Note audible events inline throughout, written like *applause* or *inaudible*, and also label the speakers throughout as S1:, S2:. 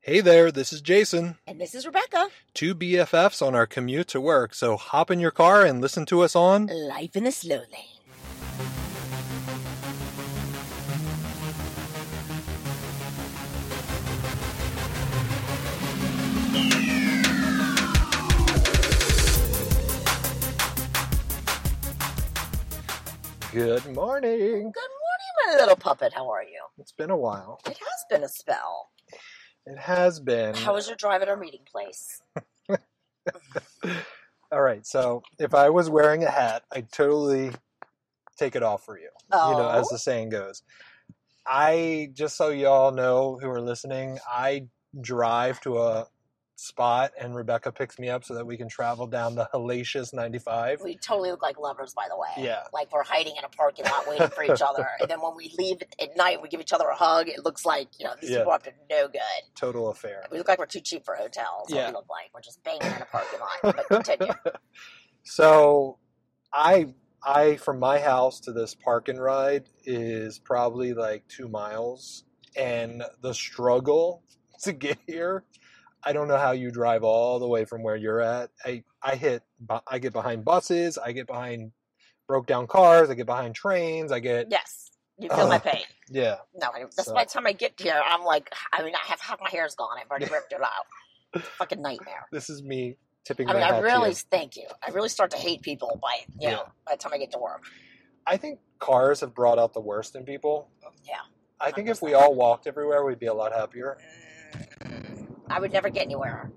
S1: Hey there, this is Jason.
S2: And this is Rebecca.
S1: Two BFFs on our commute to work, so hop in your car and listen to us on.
S2: Life in the slow lane.
S1: Good morning.
S2: Good morning, my little puppet. How are you?
S1: It's been a while.
S2: It has been a spell.
S1: It has been.
S2: How was your drive at our meeting place?
S1: All right, so if I was wearing a hat, I'd totally take it off for you.
S2: Oh,
S1: You know, as the saying goes. I, just so y'all know who are listening, I drive to a spot and Rebecca picks me up so that we can travel down the hellacious 95.
S2: we totally look like lovers, by the way.
S1: Yeah.
S2: Like we're hiding in a parking lot waiting for each other. And then when we leave at night, we give each other a hug. It looks like, you know, these
S1: Yeah.
S2: people are up to no good.
S1: Total affair.
S2: We look like we're too cheap for hotels. Yeah.
S1: Yeah.
S2: We look like we're just
S1: *laughs*
S2: banging in a parking lot. But continue.
S1: So I I from my house to this park and ride is probably like two miles and the struggle *laughs* to get here I don't know how you drive all the way from where you're at. I, I hit bu- I get behind buses, I get behind broke down cars, I get behind trains, I get
S2: yes. You feel my pain.
S1: yeah.
S2: No, I- that's
S1: So-
S2: by the time I get here, I'm like, I mean, I have half my hair's gone. I've already ripped it out. It's a fucking nightmare.
S1: This is me tipping
S2: I mean,
S1: my
S2: I
S1: hat
S2: really
S1: to you.
S2: thank you. I really start to hate people by
S1: Yeah.
S2: you know by the time I get to work.
S1: I think cars have brought out the worst in people.
S2: Yeah.
S1: I think if we all walked everywhere we'd be a lot happier.
S2: Mm, I would never get anywhere.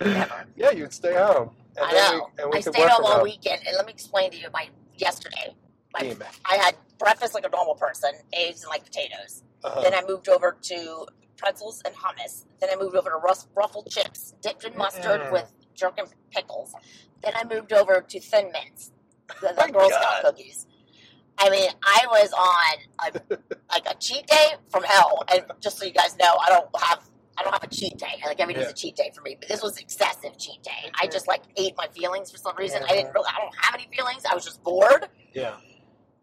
S2: Never.
S1: Yeah, you'd stay home. And
S2: I
S1: then
S2: know.
S1: We, and we
S2: I
S1: could
S2: stayed
S1: work
S2: home
S1: from
S2: all weekend, and let me explain to you. My yesterday, my
S1: Team.
S2: I had breakfast like a normal person, eggs and like potatoes.
S1: Uh-huh.
S2: Then I moved over to pretzels and hummus. Then I moved over to rus- ruffled chips dipped in mustard
S1: Mm.
S2: with jerk and pickles. Then I moved over to thin mints, the, the Girl Scout cookies. I mean, I was on
S1: *laughs*
S2: a, like a cheat day from hell. And just so you guys know, I don't have I don't have a cheat day. Like every day's
S1: Yeah. Mm-hmm.
S2: a cheat day for me, but this was excessive cheat day. I just like ate my feelings for some reason. I didn't really I don't have any feelings. I was just bored.
S1: yeah.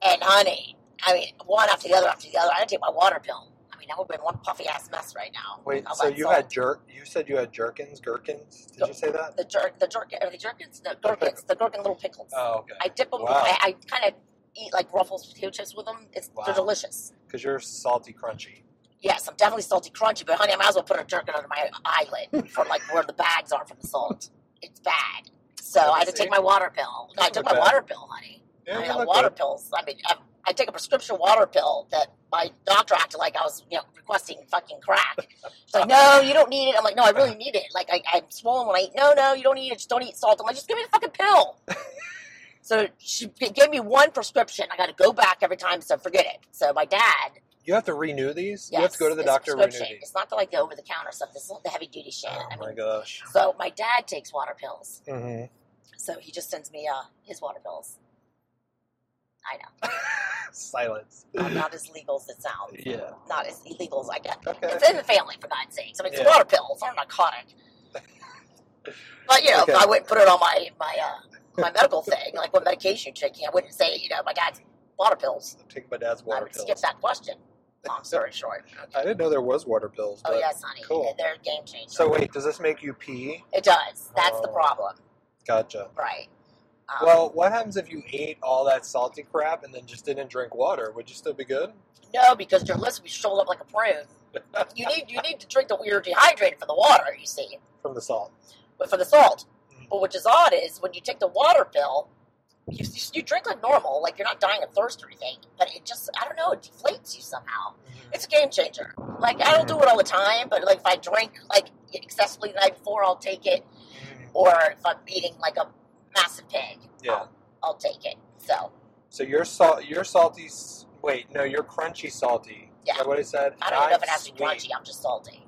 S2: And honey, I mean, one after the other after the other. I didn't take my water pill. I mean, I would have been one puffy ass mess right now.
S1: Wait.
S2: All
S1: So
S2: that
S1: you
S2: salt.
S1: had jerk. You said you had jerkins, gherkins. Did you say that?
S2: the jerk, the jerk, or the jerkins, the gherkins, the gherkin little pickles.
S1: Oh, okay.
S2: I dip them.
S1: Wow.
S2: I, I kind of eat like Ruffles potato chips with them. It's
S1: Wow.
S2: they're delicious.
S1: Because you're salty, crunchy.
S2: Yes, I'm definitely salty crunchy, but honey, I might as well put a jerkin under my eyelid from like where the bags are from the salt. It's bad. So
S1: Let me
S2: I had to
S1: see.
S2: take my water pill. No, I took
S1: Look
S2: my
S1: at that.
S2: water pill, honey.
S1: Yeah,
S2: I mean,
S1: you
S2: the
S1: look
S2: water
S1: good.
S2: pills. I mean, I, I take a prescription water pill that my doctor acted like I was, you know, requesting fucking crack. She's like, no, you don't need it. I'm like, no, I really need it. Like, I, I'm swollen when I eat. No, no, you don't need it. Just don't eat salt. I'm like, just give me the fucking pill.
S1: *laughs*
S2: so she g- gave me one prescription. I got to go back every time, so forget it. So my dad,
S1: You have to renew these.
S2: yes,
S1: you have to go to the
S2: it's a
S1: doctor and renew
S2: prescription.
S1: these.
S2: It's not the, like the over the counter stuff. This is the heavy duty shit.
S1: Oh
S2: I
S1: my
S2: mean,
S1: gosh.
S2: so my dad takes water pills.
S1: hmm
S2: So he just sends me uh, his water pills. I know.
S1: *laughs* Silence.
S2: I'm not as legal as it sounds.
S1: Yeah.
S2: not as illegal as I get.
S1: Okay.
S2: It's in the family, for God's sakes. I mean, it's
S1: Yeah.
S2: water pills, not a narcotic.
S1: *laughs*
S2: But you know,
S1: Okay.
S2: if I wouldn't put it on my my uh, my medical thing, like what medication you're taking. I wouldn't say, you know, my dad's water pills.
S1: I'm taking my dad's
S2: I
S1: water
S2: would skip
S1: pills.
S2: that question. Long story short.
S1: *laughs* I didn't know there was water pills.
S2: Oh
S1: but-
S2: yes, honey.
S1: cool.
S2: They're a game changer.
S1: So wait, does this make you pee?
S2: it does. That's the
S1: Oh.
S2: problem,
S1: Gotcha.
S2: right? Um,
S1: Well, what happens if you ate all that salty crap and then just didn't drink water? Would you still be good?
S2: no, because your lips would be shriveled up like a prune. you need you need to drink the you're dehydrated from the water. You see.
S1: From the salt.
S2: but for the salt.
S1: Mm.
S2: But which is odd is when you take the water pill, you, you, you drink like normal, like you're not dying of thirst or anything. But it just, I don't know, it deflates you somehow. It's a game changer. Like I don't do it all the time, but like if I drink like excessively the night before, I'll take it.
S1: Mhm.
S2: Or if I'm eating like a massive pig,
S1: Yeah.
S2: I'll, I'll take it. So
S1: So your salt, your salty. s- Wait, no, your crunchy salty. Is
S2: Yeah.
S1: that what I said?
S2: I don't even know if it has to be
S1: sweet.
S2: crunchy. I'm just salty.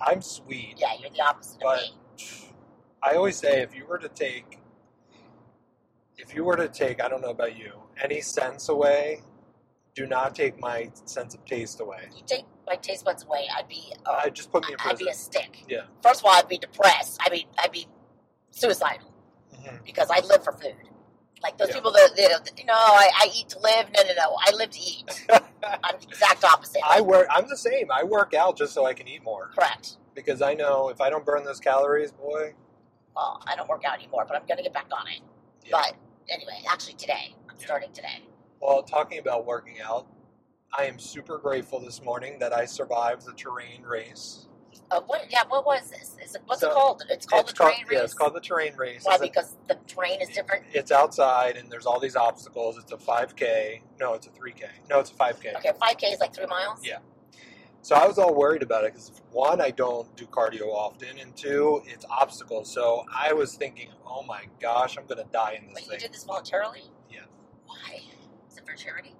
S1: I'm sweet.
S2: Yeah, you're the opposite
S1: But-
S2: of me.
S1: I always say if you were to take, if you were to take, I don't know about you, any sense away, do not take my sense of taste away.
S2: You take my taste buds away, I'd be uh,
S1: I just put me in
S2: I'd be
S1: prison.
S2: a stick.
S1: Yeah.
S2: First of all, I'd be depressed. I mean, I'd be suicidal
S1: Mhm.
S2: because I live for food. Like those
S1: Yeah.
S2: people that you know, that, no, I, I eat to live. No, no, no, I live
S1: *laughs*
S2: to eat. I'm the exact opposite.
S1: I work. I'm the same. I work out just so I can eat more.
S2: correct.
S1: because I know if I don't burn those calories, boy,
S2: Well, I don't work out anymore, but I'm going to get back on it.
S1: yeah.
S2: But anyway, actually today, I'm
S1: Yeah.
S2: starting today.
S1: Well, talking about working out, I am super grateful this morning that I survived the terrain race.
S2: Uh, what? Yeah, what was this? Is it, what's
S1: So,
S2: it called? It's called the train race.
S1: Yeah, it's called the terrain race.
S2: Why?
S1: It's a-
S2: Because the terrain is different.
S1: It's outside and there's all these obstacles. It's a 5K. No, it's a 3K. No, it's a 5K.
S2: Okay, five k is like three miles.
S1: Yeah. So I was all worried about it because one, I don't do cardio often, and two, it's obstacles. So I was thinking, oh my gosh, I'm gonna die in this
S2: But you
S1: thing.
S2: did this voluntarily.
S1: Yeah.
S2: Why? Is it for charity?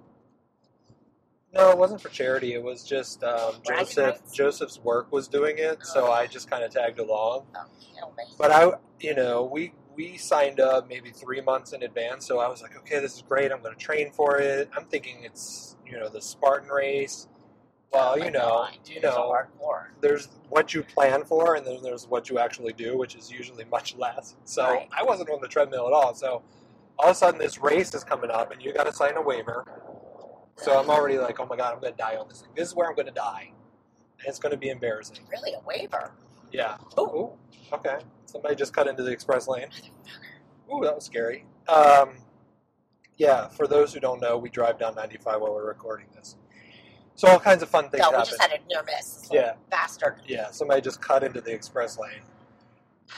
S1: No, it wasn't for charity. It was just um,
S2: Bragging
S1: Joseph.
S2: rights?
S1: Joseph's work was doing it, so
S2: Oh.
S1: I just kind of tagged along.
S2: Oh, hell, man.
S1: But I, you know, we we signed up maybe three months in advance, so I was like, okay, this is great. I'm gonna train for it. I'm thinking it's you know the Spartan race. Well,
S2: Oh, my
S1: you know,
S2: God,
S1: you
S2: it's so
S1: know,
S2: hardcore.
S1: there's what you plan for and then there's what you actually do which is usually much less so
S2: Right.
S1: i wasn't on the treadmill at all so all of a sudden this race is coming up and you got to sign a waiver so i'm already like oh my god i'm going to die on this thing this is where i'm going to die and it's going to be embarrassing
S2: Really, a waiver.
S1: yeah
S2: Ooh.
S1: Ooh, okay somebody just cut into the express lane ooh that was scary um, yeah for those who don't know we drive down 95 while we're recording this so all kinds of fun things
S2: No, we
S1: happen
S2: just had a near miss.
S1: yeah
S2: Bastard.
S1: yeah, somebody just cut into the express lane.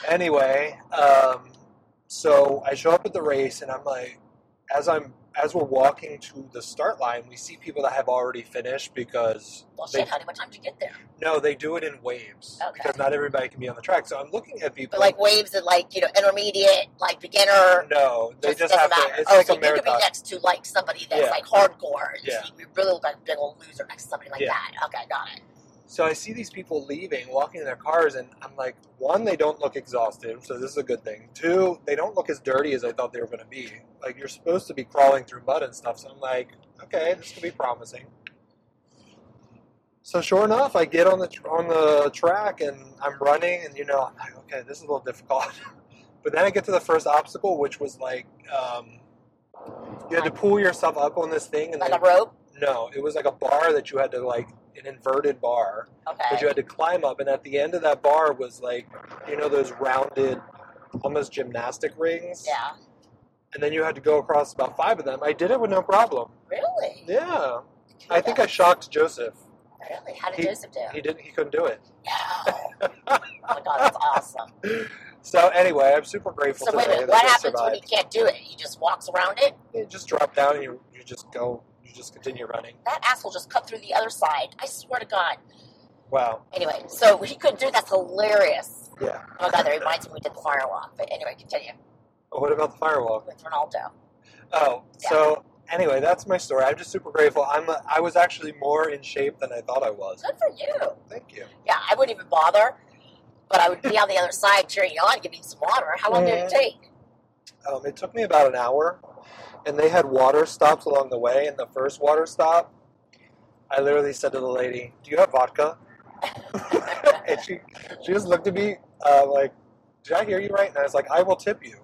S1: Anyway, um, so I show up at the race, and I'm like, as I'm as we're walking to the start line, we see people that have already finished because
S2: Well,
S1: they,
S2: shit, honey, what time did you get there?
S1: no, they do it in waves
S2: Okay.
S1: because not everybody can be on the track. So I'm looking at people
S2: But like waves and like you know intermediate, like beginner.
S1: no, Mm-hmm. they
S2: just
S1: just
S2: doesn't
S1: have
S2: matter.
S1: to. It's
S2: oh,
S1: like
S2: so
S1: a
S2: you could be
S1: marathon.
S2: next to like somebody that's
S1: Yeah.
S2: like hardcore. and
S1: Yeah.
S2: You really look like a big old loser next to somebody like
S1: Yeah.
S2: that. Okay, got it.
S1: So I see these people leaving, walking in their cars, and I'm like, one, they don't look exhausted, so this is a good thing. Two, they don't look as dirty as I thought they were going to be. Like, you're supposed to be crawling through mud and stuff, so I'm like, okay, this could be promising. So sure enough, I get on the on the track and I'm running, and you know, I'm like, okay, this is a little *laughs* difficult. but then I get to the first obstacle, which was like, um, you had to pull yourself up on this thing, and
S2: Like
S1: then,
S2: a rope.
S1: no, it was like a bar that you had to like an inverted bar but you
S2: Okay.
S1: had to climb up and at the end of that bar was like you know those rounded almost gymnastic rings
S2: Yeah.
S1: and then you had to go across about five of them i did it with no problem
S2: Really?
S1: yeah i think i shocked joseph
S2: Really? How did
S1: He-
S2: Joseph do?
S1: he didn't he couldn't do it
S2: No. oh my god, that's awesome.
S1: *laughs* so anyway i'm super grateful
S2: So wait a
S1: today
S2: minute,
S1: that
S2: what
S1: I
S2: happens when he
S1: survived
S2: can't do it? He just walks around it.
S1: you just drop down and you, you just go you just continue running
S2: That asshole just cut through the other side. I swear to God.
S1: wow
S2: Anyway, so he couldn't do it. That's hilarious.
S1: yeah
S2: Oh my god, that reminds me we did the firewalk. But anyway, continue
S1: But what about the firewall
S2: with Ronaldo.
S1: oh so anyway that's my story i'm just super grateful i'm a, i was actually more in shape than i thought i was
S2: Good for you.
S1: thank you
S2: Yeah, I wouldn't even bother, but I would be on the other side cheering you on, giving you some water. How long did it
S1: Mhm.
S2: take?
S1: Um, it took me about an hour, and they had water stops along the way. And the first water stop, I literally said to the lady, "Do you have vodka?" *laughs* and she she just looked at me uh, like, "Did I hear you right?" And I was like, "I will tip you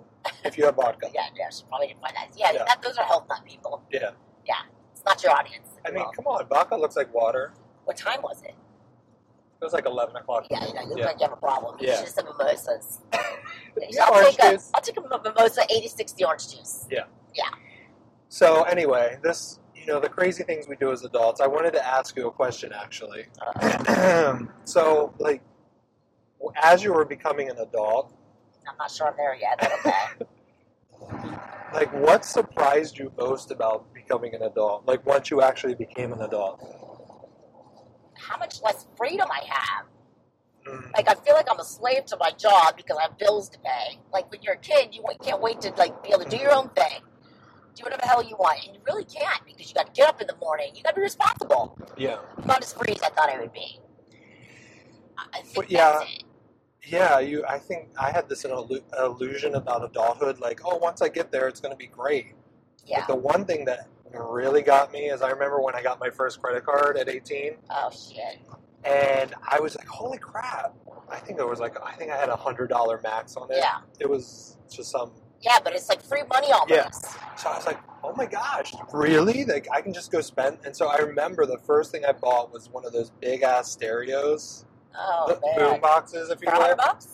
S1: if you have vodka."
S2: Yeah, yeah, she probably didn't find that. Yeah,
S1: Yeah.
S2: That, those are health nut people.
S1: *laughs* Yeah.
S2: Yeah, it's not your audience.
S1: I mean,
S2: Well,
S1: come on, vodka looks like water.
S2: what time was it?
S1: It was like eleven o'clock.
S2: Yeah, you know, you look
S1: Yeah.
S2: like you have a problem. You
S1: Yeah.
S2: should have some mimosas.
S1: Yeah,
S2: I'll,
S1: orange
S2: take a,
S1: juice.
S2: I'll take a mi- mimosa 80-60 orange juice.
S1: So anyway, this you know the crazy things we do as adults. I wanted to ask you a question actually. *clears throat*
S2: Uh,
S1: so like, as you were becoming an adult.
S2: I'm not sure I'm there yet, but okay.
S1: Like, what surprised you most about becoming an adult? Like, once you actually became an adult?
S2: How much less freedom I have. Like, I feel like I'm a slave to my job because I have bills to pay. Like, when you're a kid, you wa- can't wait to, like, be able to do your own thing. Do whatever the hell you want. And you really can't because you got to get up in the morning. You got to be responsible.
S1: Yeah.
S2: I'm not as free as I thought I would be. I I think
S1: Well, yeah.
S2: that's it.
S1: Yeah, you. I think I had this illu- illusion about adulthood, like, oh, once I get there, it's going to be great.
S2: Yeah.
S1: But the one thing that really got me is I remember when I got my first credit card at 18,
S2: Oh, shit.
S1: and I was like, holy crap! I think there was like, I think I had a hundred dollar max on it.
S2: Yeah.
S1: It was just some.
S2: Yeah, but it's like free money almost.
S1: So I was like, oh my gosh, really? Like, I can just go spend. And so I remember the first thing I bought was one of those big ass stereos.
S2: Oh
S1: the boom
S2: man.
S1: boxes, if you
S2: For a
S1: will.
S2: hundred bucks?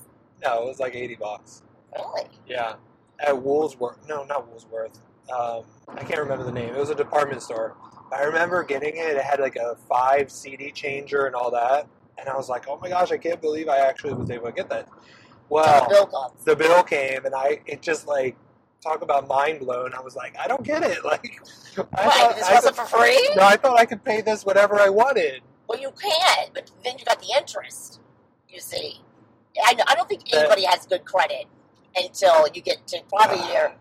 S1: No, it was like eighty bucks.
S2: Really?
S1: Yeah, at Woolsworth. No, not Woolsworth. Um, I can't remember the name. It was a department store. I remember getting it. It had like a five CD changer and all that. And I was like, oh my gosh, I can't believe I actually was able to get that. Well,
S2: Bill Gates.
S1: the bill came, and I it just like talk about mind blown. I was like, I don't get it. *laughs* Like, I
S2: Why, this wasn't for free?
S1: No, I thought I could pay this whatever I wanted.
S2: Well, you can, but then you got the interest. You see, I, I don't think
S1: That-
S2: anybody has good credit until you get to probably your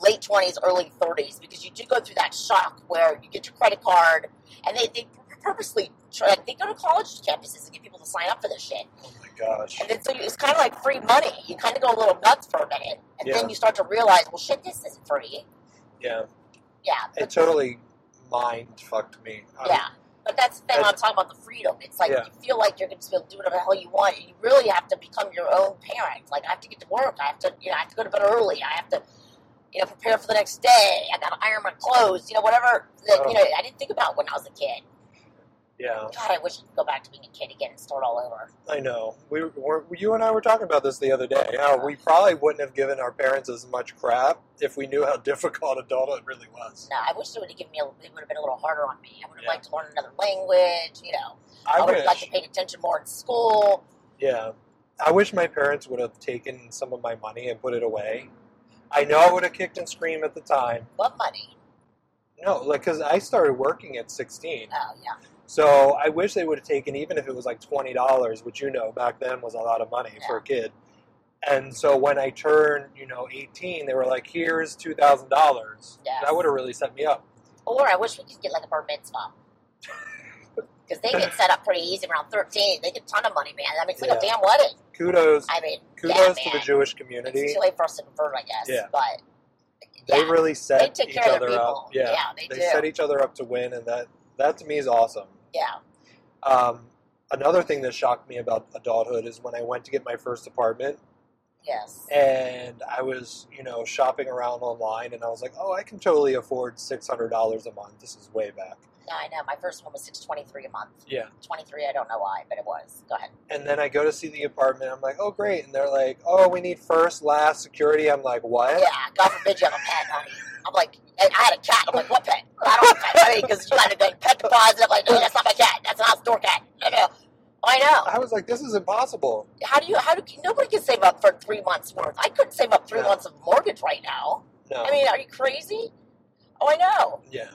S2: late twenties, early thirties, because you do go through that shock where you get your credit card, and they they purposely try, they go to college campuses and get people to sign up for this shit,
S1: Oh my gosh.
S2: and then so you, it's kind of like free money. You kind of go a little nuts for a minute, and
S1: Yeah.
S2: then you start to realize, well, shit, this isn't free.
S1: Yeah,
S2: Yeah,
S1: it totally mind fucked me. I-
S2: Yeah. But that's the thing
S1: Um, That's-
S2: I'm talking about the freedom. It's like
S1: Yeah.
S2: you feel like you're going to be able to do whatever the hell you want. You really have to become your own parent. Like I have to get to work. I have to, you know, I have to go to bed early. I have to, you know, prepare for the next day. I got to iron my clothes. You know, whatever. The,
S1: Oh.
S2: You know, I didn't think about when I was a kid.
S1: yeah,
S2: God, I wish I could go back to being a kid again and start all over.
S1: I know. We were, you and I were talking about this the other day. How we probably wouldn't have given our parents as much crap if we knew how *laughs* difficult adulthood really was.
S2: No, I wish they would have given me. A, it would have been a little harder on me. I would have
S1: Yeah.
S2: liked to learn another language. You know,
S1: I,
S2: would
S1: wish.
S2: have liked to pay attention more in school.
S1: Yeah. I wish my parents would have taken some of my money and put it away. I know I would have kicked and screamed at the time.
S2: What money?
S1: No, like, because I started working at 16.
S2: Oh yeah.
S1: So I wish they would have taken, even if it was like $20, which you know back then was a lot of money for a kid. And so when I turned, you know, 18, they were like, here's $2,000.
S2: Yes.
S1: That would have really set me up.
S2: Or I wish we could get like a bar
S1: *laughs*
S2: mitzvah. Because they get set up pretty easy around 13. They get a ton of money, man. I mean, it's like a
S1: Yeah.
S2: damn wedding.
S1: Kudos.
S2: I mean, yeah,
S1: Kudos
S2: man.
S1: to the Jewish
S2: It's
S1: community.
S2: too late for us to convert, I guess.
S1: Yeah.
S2: But
S1: They
S2: yeah,
S1: really
S2: they
S1: set
S2: take
S1: each
S2: care of
S1: other
S2: their people.
S1: up. Yeah.
S2: they,
S1: They
S2: do.
S1: set each other up to win, and that, that to me is awesome.
S2: yeah.
S1: Um, another thing that shocked me about adulthood is when I went to get my first apartment
S2: Yes.
S1: and I was, you know, shopping around online and I was like, oh, I can totally afford $600 a month. This is way back.
S2: No, I know. My first one was 623 a month.
S1: Yeah.
S2: 23, I don't know why, but it was. Go ahead.
S1: And then I go to see the apartment. I'm like, oh, great. And they're like, oh, we need first, last, security. I'm like, what?
S2: Yeah, God forbid you have a pet, honey. I'm like, and I had a cat. I'm like, what pet? I don't have a pet, honey, because you had a big pet deposit. I'm like, no, that's not my cat. That's an outdoor cat. No, no. I know.
S1: I was like, this is impossible.
S2: how do you how do nobody can save up for three months worth i couldn't save up three
S1: No.
S2: months of mortgage right now
S1: No.
S2: i mean are you crazy oh i know
S1: yeah.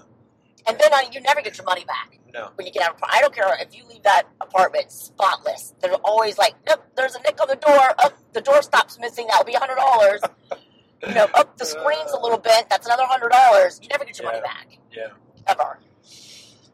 S2: and then I, you never get your money back
S1: No.
S2: when you get out of pro- i don't care if you leave that apartment spotless they're always like nope there's a nick on the door oh, the door stops missing that'll be a hundred dollars you know up the screen's a little bit that's another hundred dollars you never get your money
S1: Yeah.
S2: back
S1: Yeah.
S2: ever.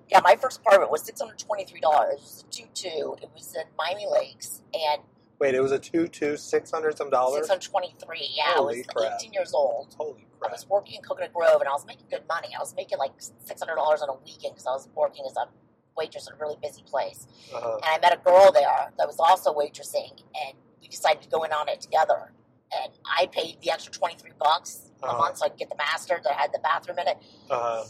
S2: Yeah, my first apartment was six hundred twenty-three dollars. It was a two-two. It was in Miami Lakes, and
S1: Wait, it was a two, two, six hundred some dollars.
S2: Six hundred twenty-three. Yeah,
S1: Holy
S2: I was
S1: crap.
S2: eighteen years old.
S1: Holy
S2: I
S1: crap!
S2: was working in Coconut Grove, and I was making good money. I was making like six hundred dollars on a weekend because I was working as a waitress at a really busy place.
S1: Uh-huh.
S2: And I met a girl there that was also waitressing, and we decided to go in on it together. And I paid the extra twenty-three bucks a
S1: Uh-huh.
S2: month so I could get the master that had the bathroom in it.
S1: Uh-huh.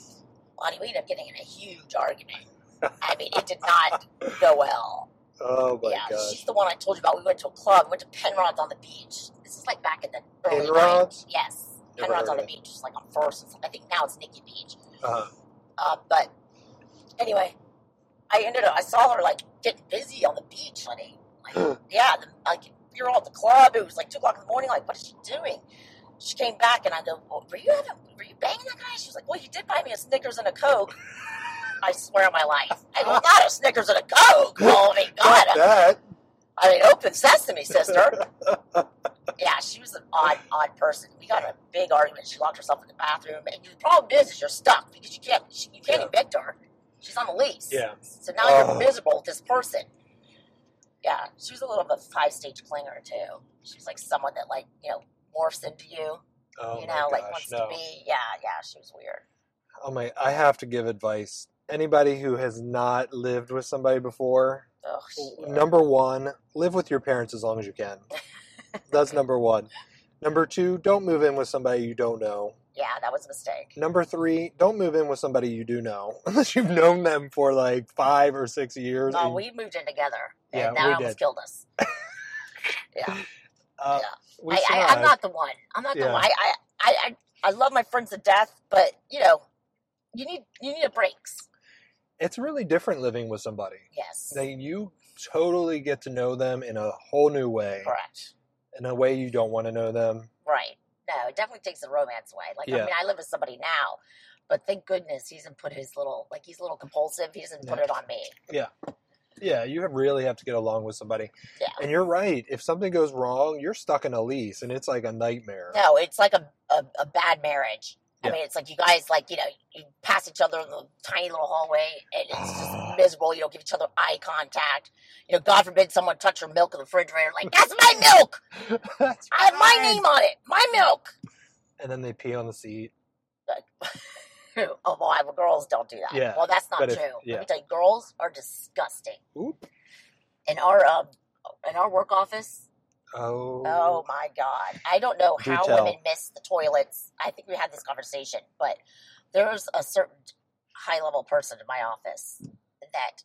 S2: Lonnie, we ended up getting in a huge argument. I mean, it did not
S1: *laughs*
S2: go well
S1: Oh my
S2: yeah,
S1: gosh!
S2: she's the one I told you about. We went to a club, we went to Penrod's on the beach. This is like back in the early
S1: Penrod's?
S2: 90s. Yes,
S1: Never
S2: Penrod's
S1: heard
S2: on
S1: of
S2: the
S1: it.
S2: beach, just like on First. and stuff. I think now it's Nikki Beach.
S1: Uh-huh.
S2: Uh, but anyway, I ended up. I saw her like getting busy on the beach, honey. Like, yeah, the, like we were all at the club. It was like two o'clock in the morning. Like, what is she doing? She came back and I go, well, "Were you having? Were you banging that guy?" She was like, "Well, you did buy me a Snickers and a Coke." I swear on my life, I go, not a Snickers and a Coke. Oh my God,
S1: Fuck
S2: *laughs*
S1: that.
S2: I mean, open
S1: *laughs*
S2: sesame, sister. yeah, she was an odd, odd person. We got in a big argument. She locked herself in the bathroom, and the problem is, is you're stuck because you can't, she, you can't
S1: Yeah.
S2: evict her. She's on the lease.
S1: Yeah. Oh.
S2: So now
S1: Ugh.
S2: you're miserable with this person. Yeah, she was a little bit of a high stage clinger too. She was like someone that like you know morphs into you.
S1: Oh
S2: you
S1: my
S2: know,
S1: gosh!
S2: like wants
S1: no.
S2: to be. Yeah, yeah. She was weird.
S1: Oh my! I have to give advice. Anybody who has not lived with somebody before,
S2: Ugh, she's weird.
S1: number one, live with your parents as long as you can. That's number one. Number two, don't move in with somebody you don't know.
S2: Yeah, that was a mistake.
S1: Number three, don't move in with somebody you do know *laughs* unless you've known them for like five or six years.
S2: No,
S1: and-
S2: Oh, we moved in together,
S1: Yeah,
S2: and
S1: we
S2: that almost
S1: did.
S2: killed us. yeah,
S1: uh,
S2: yeah.
S1: we
S2: I, I, I'm
S1: survived.
S2: not the one. I'm not
S1: Yeah.
S2: the one. I, I, I, I, I love my friends to death, but you know, you need you need a breaks.
S1: It's really different living with somebody.
S2: Yes,
S1: Then you totally get to know them in a whole new way,
S2: correct.
S1: in a way you don't want to know them.
S2: Right. No, it definitely takes the romance away. Like
S1: Yeah.
S2: I mean, I live with somebody now, but thank goodness he doesn't put his little like he's a little compulsive. He doesn't put it on me.
S1: Yeah, you really have to get along with somebody.
S2: Yeah.
S1: And you're right. If something goes wrong, you're stuck in a lease, and it's like a nightmare.
S2: No, it's like a a, a bad marriage.
S1: Yeah.
S2: I mean, it's like you guys like you know you pass each other in the tiny little hallway, and it's
S1: *sighs*
S2: just miserable. You don't give each other eye contact. You know, God forbid someone touch your milk in the refrigerator. Like that's my milk.
S1: *laughs* That's
S2: I have my
S1: right.
S2: name on it. My milk. *laughs*
S1: And then they pee on the seat.
S2: oh boy, well, girls don't do that.
S1: Yeah,
S2: Well, that's not
S1: but
S2: true.
S1: if- yeah.
S2: Let me tell you, girls are disgusting.
S1: Oop.
S2: In our um, in our work office,
S1: Oh.
S2: Oh my God. I don't know
S1: Do
S2: how
S1: tell.
S2: women miss the toilets. I think we had this conversation, but there's a certain high level person in my office that,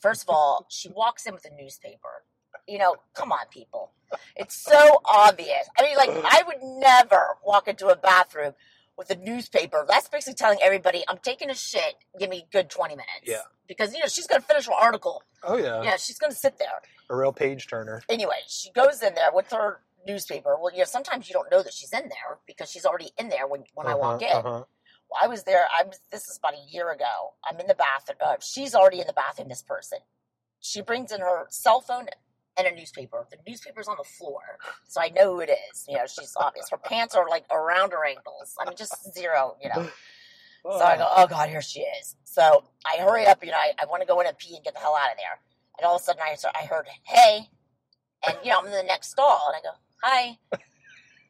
S2: first of all, she walks in with a newspaper. You know, come on, people. It's so obvious. I mean, like, I would never walk into a bathroom with a newspaper. That's basically telling everybody, I'm taking a shit. Give me a good 20 minutes.
S1: Yeah.
S2: Because, you know, she's going to finish her article.
S1: Oh, yeah.
S2: yeah, she's going to sit there
S1: A real page turner.
S2: anyway, she goes in there with her newspaper. Well, you know, sometimes you don't know that she's in there because she's already in there when, when I walk in.
S1: Uh-huh, uh-huh.
S2: Well, I was there. I was. This is about a year ago. I'm in the bathroom. Uh, she's already in the bathroom. This person. She brings in her cell phone and a newspaper. The newspaper's on the floor, so I know who it is. You know, she's obvious. Her pants are like around her ankles. I mean, just zero. You know.
S1: uh-huh.
S2: So I go, oh God, here she is. So I hurry up, you know, I, I want to go in and pee and get the hell out of there. And all of a sudden I, start, I heard, hey. And, you know, I'm in the next stall. And I go, hi.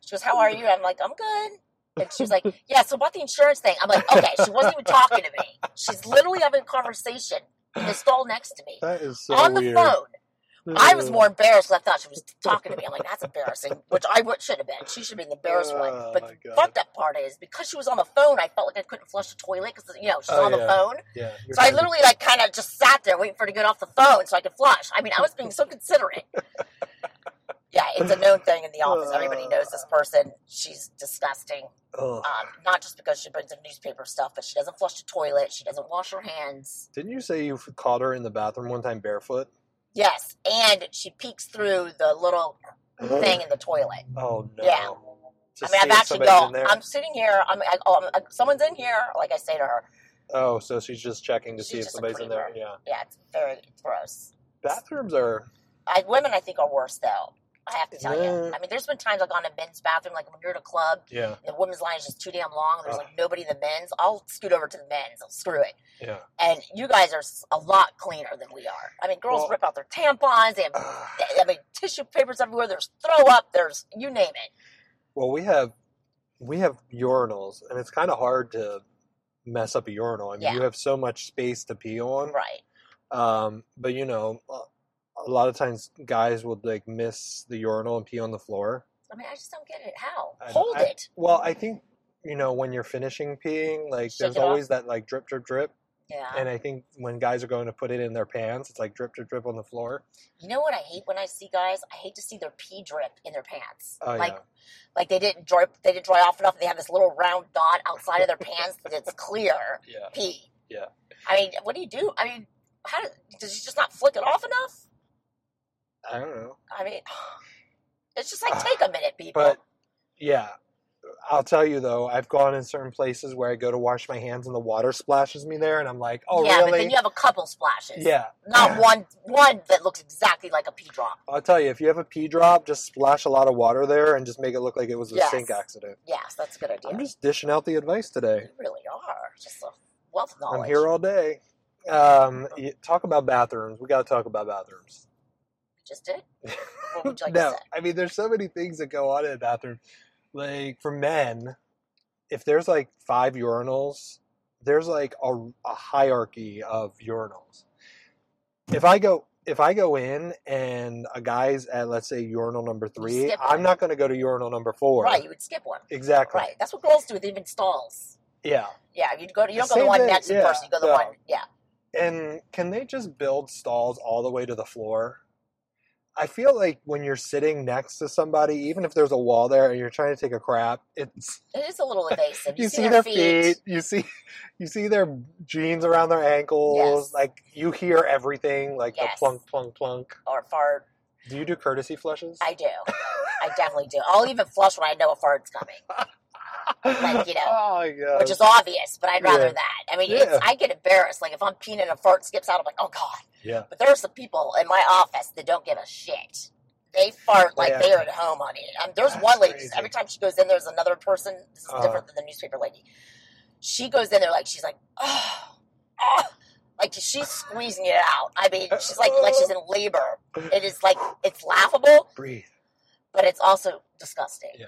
S2: She goes, how are you? I'm like, I'm good. And she
S1: *laughs*
S2: was like, yeah, so about the insurance thing. I'm like, okay, she wasn't even talking to me. She's literally having a conversation in the stall next to me
S1: That is so
S2: on the
S1: weird.
S2: phone. I was more embarrassed than I thought she was talking to me. I'm like, that's embarrassing, which I would, should have been. She should have been the embarrassed
S1: Oh,
S2: one.
S1: my
S2: But the
S1: God.
S2: fucked up part is because she was on the phone, I felt like I couldn't flush the toilet because, you know, she's
S1: Oh,
S2: on the
S1: yeah.
S2: phone.
S1: *laughs* Yeah. you're
S2: So
S1: trying
S2: I
S1: to-
S2: literally, like, kind of just sat there waiting for her to get off the phone so I could flush. I mean, I was being so considerate. Yeah, it's a known thing in the office. Everybody knows this person. She's disgusting.
S1: Ugh.
S2: Um, not just because she brings in newspaper stuff, but she doesn't flush the toilet. She doesn't wash her hands.
S1: Didn't you say you f- caught her in the bathroom one time barefoot?
S2: Yes, and she peeks through the little thing in the toilet.
S1: *laughs* Oh no.
S2: Yeah.
S1: To
S2: I
S1: see
S2: mean,
S1: if
S2: I've actually
S1: somebody's in
S2: gone.
S1: there?
S2: I'm sitting here. I'm, I, oh, I'm, I- someone's in here. Like I say to her,
S1: Oh, so she's just checking to
S2: She's
S1: see if
S2: just a
S1: somebody's in there. Yeah.
S2: yeah, it's very it's gross.
S1: Bathrooms are.
S2: I, women, I think, are worse though. I have to tell you.
S1: Yeah.
S2: I mean, there's been times I've gone to men's bathroom, like when you're at a club,
S1: Yeah.
S2: and the women's line is just too damn long. There's
S1: Ugh.
S2: like nobody in the men's. I'll scoot over to the men's. I'll screw it. *sighs*
S1: Yeah.
S2: And you guys are s- a lot cleaner than we are. I mean, girls
S1: Well- Uh.
S2: rip out their tampons. They have, I mean, tissue papers everywhere. There's throw up. There's you name it.
S1: Well, we have we have urinals, and it's kind of hard to mess up a urinal. I mean,
S2: Yeah.
S1: you have so much space to pee on.
S2: Right.
S1: Um, but you know, a- a lot of times guys would like miss the urinal and pee on the floor.
S2: I mean, I just don't get it. How?
S1: I don't-
S2: Hold
S1: I-
S2: it.
S1: Well, I think you know when you're finishing peeing, like
S2: Shake
S1: there's
S2: it off. Uh-huh.
S1: always that like drip, drip, drip,
S2: Yeah.
S1: and I think when guys are going to put it in their pants, it's like drip, drip, drip on the floor.
S2: you know what I hate when I see guys? I hate to see their pee drip in their pants.
S1: Oh
S2: like
S1: yeah,
S2: like they didn't dry they didn't dry off enough and they have this little round dot outside of their pants that's clear
S1: yeah.
S2: pee.
S1: Yeah.
S2: I mean, what do you do? I mean, how do, does you just not flick it off enough?
S1: I don't know,
S2: I mean, *sighs* it's just
S1: *sighs*
S2: like take a minute, people.
S1: but yeah, I'll tell you though, I've gone in certain places where I go to wash my hands and the water splashes me there, and I'm like, oh
S2: yeah,
S1: really?
S2: but then you have a couple splashes.
S1: yeah,
S2: Not one one that looks exactly like a pee drop.
S1: I'll tell you, if you have a pee drop, just splash a lot of water there and just make it look like it was a
S2: Yes.
S1: sink accident.
S2: Yes, that's a good idea.
S1: I'm just dishing out the advice today.
S2: you really are. Just a wealth of knowledge.
S1: I'm here all day. Um, y- talk about bathrooms. We got to talk about bathrooms. *laughs*
S2: just did. What would you like
S1: no,
S2: to say?
S1: I mean, there's so many things that go on in a bathroom. Like for men, if there's like five urinals, there's like a, a hierarchy of urinals. If I go, if I go in and a guy's at let's say urinal number three,
S2: skip
S1: I'm
S2: it.
S1: not going to go to urinal number four.
S2: Right, you would skip one.
S1: Exactly.
S2: Right, that's what girls do. They even stalls.
S1: Yeah.
S2: Yeah, you go. To, you don't go to
S1: Same
S2: the one
S1: thing,
S2: next in
S1: yeah,
S2: person. You go to the
S1: no.
S2: one. Yeah,
S1: And can they just build stalls all the way to the floor? I feel like when you're sitting next to somebody, even if there's a wall there and you're trying to take a crap, it's
S2: it is
S1: *laughs*
S2: a little invasive.
S1: you, see, their feet. you see *laughs* you see their jeans around their ankles,
S2: Yes.
S1: like you hear everything, like
S2: Yes.
S1: the plunk plunk plunk.
S2: or fart.
S1: Do you do courtesy flushes?
S2: I do. I definitely do. I'll even flush when I know a fart's coming,
S1: Uh,
S2: like, you know,
S1: *laughs* oh my god.
S2: which is obvious. But I'd rather
S1: Yeah.
S2: that. I mean,
S1: Yeah.
S2: it's, I get embarrassed. Like if I'm peeing and a fart skips out, I'm like, oh god.
S1: yeah.
S2: But there are some people in my office that don't give a shit. They fart like
S1: Yeah.
S2: they are at home on it. Um, there's
S1: That's
S2: one lady.
S1: crazy.
S2: Every time she goes in, there's another person. This is
S1: Uh-huh.
S2: different than the newspaper lady. She goes in there like she's like, oh, oh," like she's squeezing it out. I mean, she's like like she's in labor. It is like it's laughable,
S1: Breathe.
S2: but it's also disgusting.
S1: Yeah.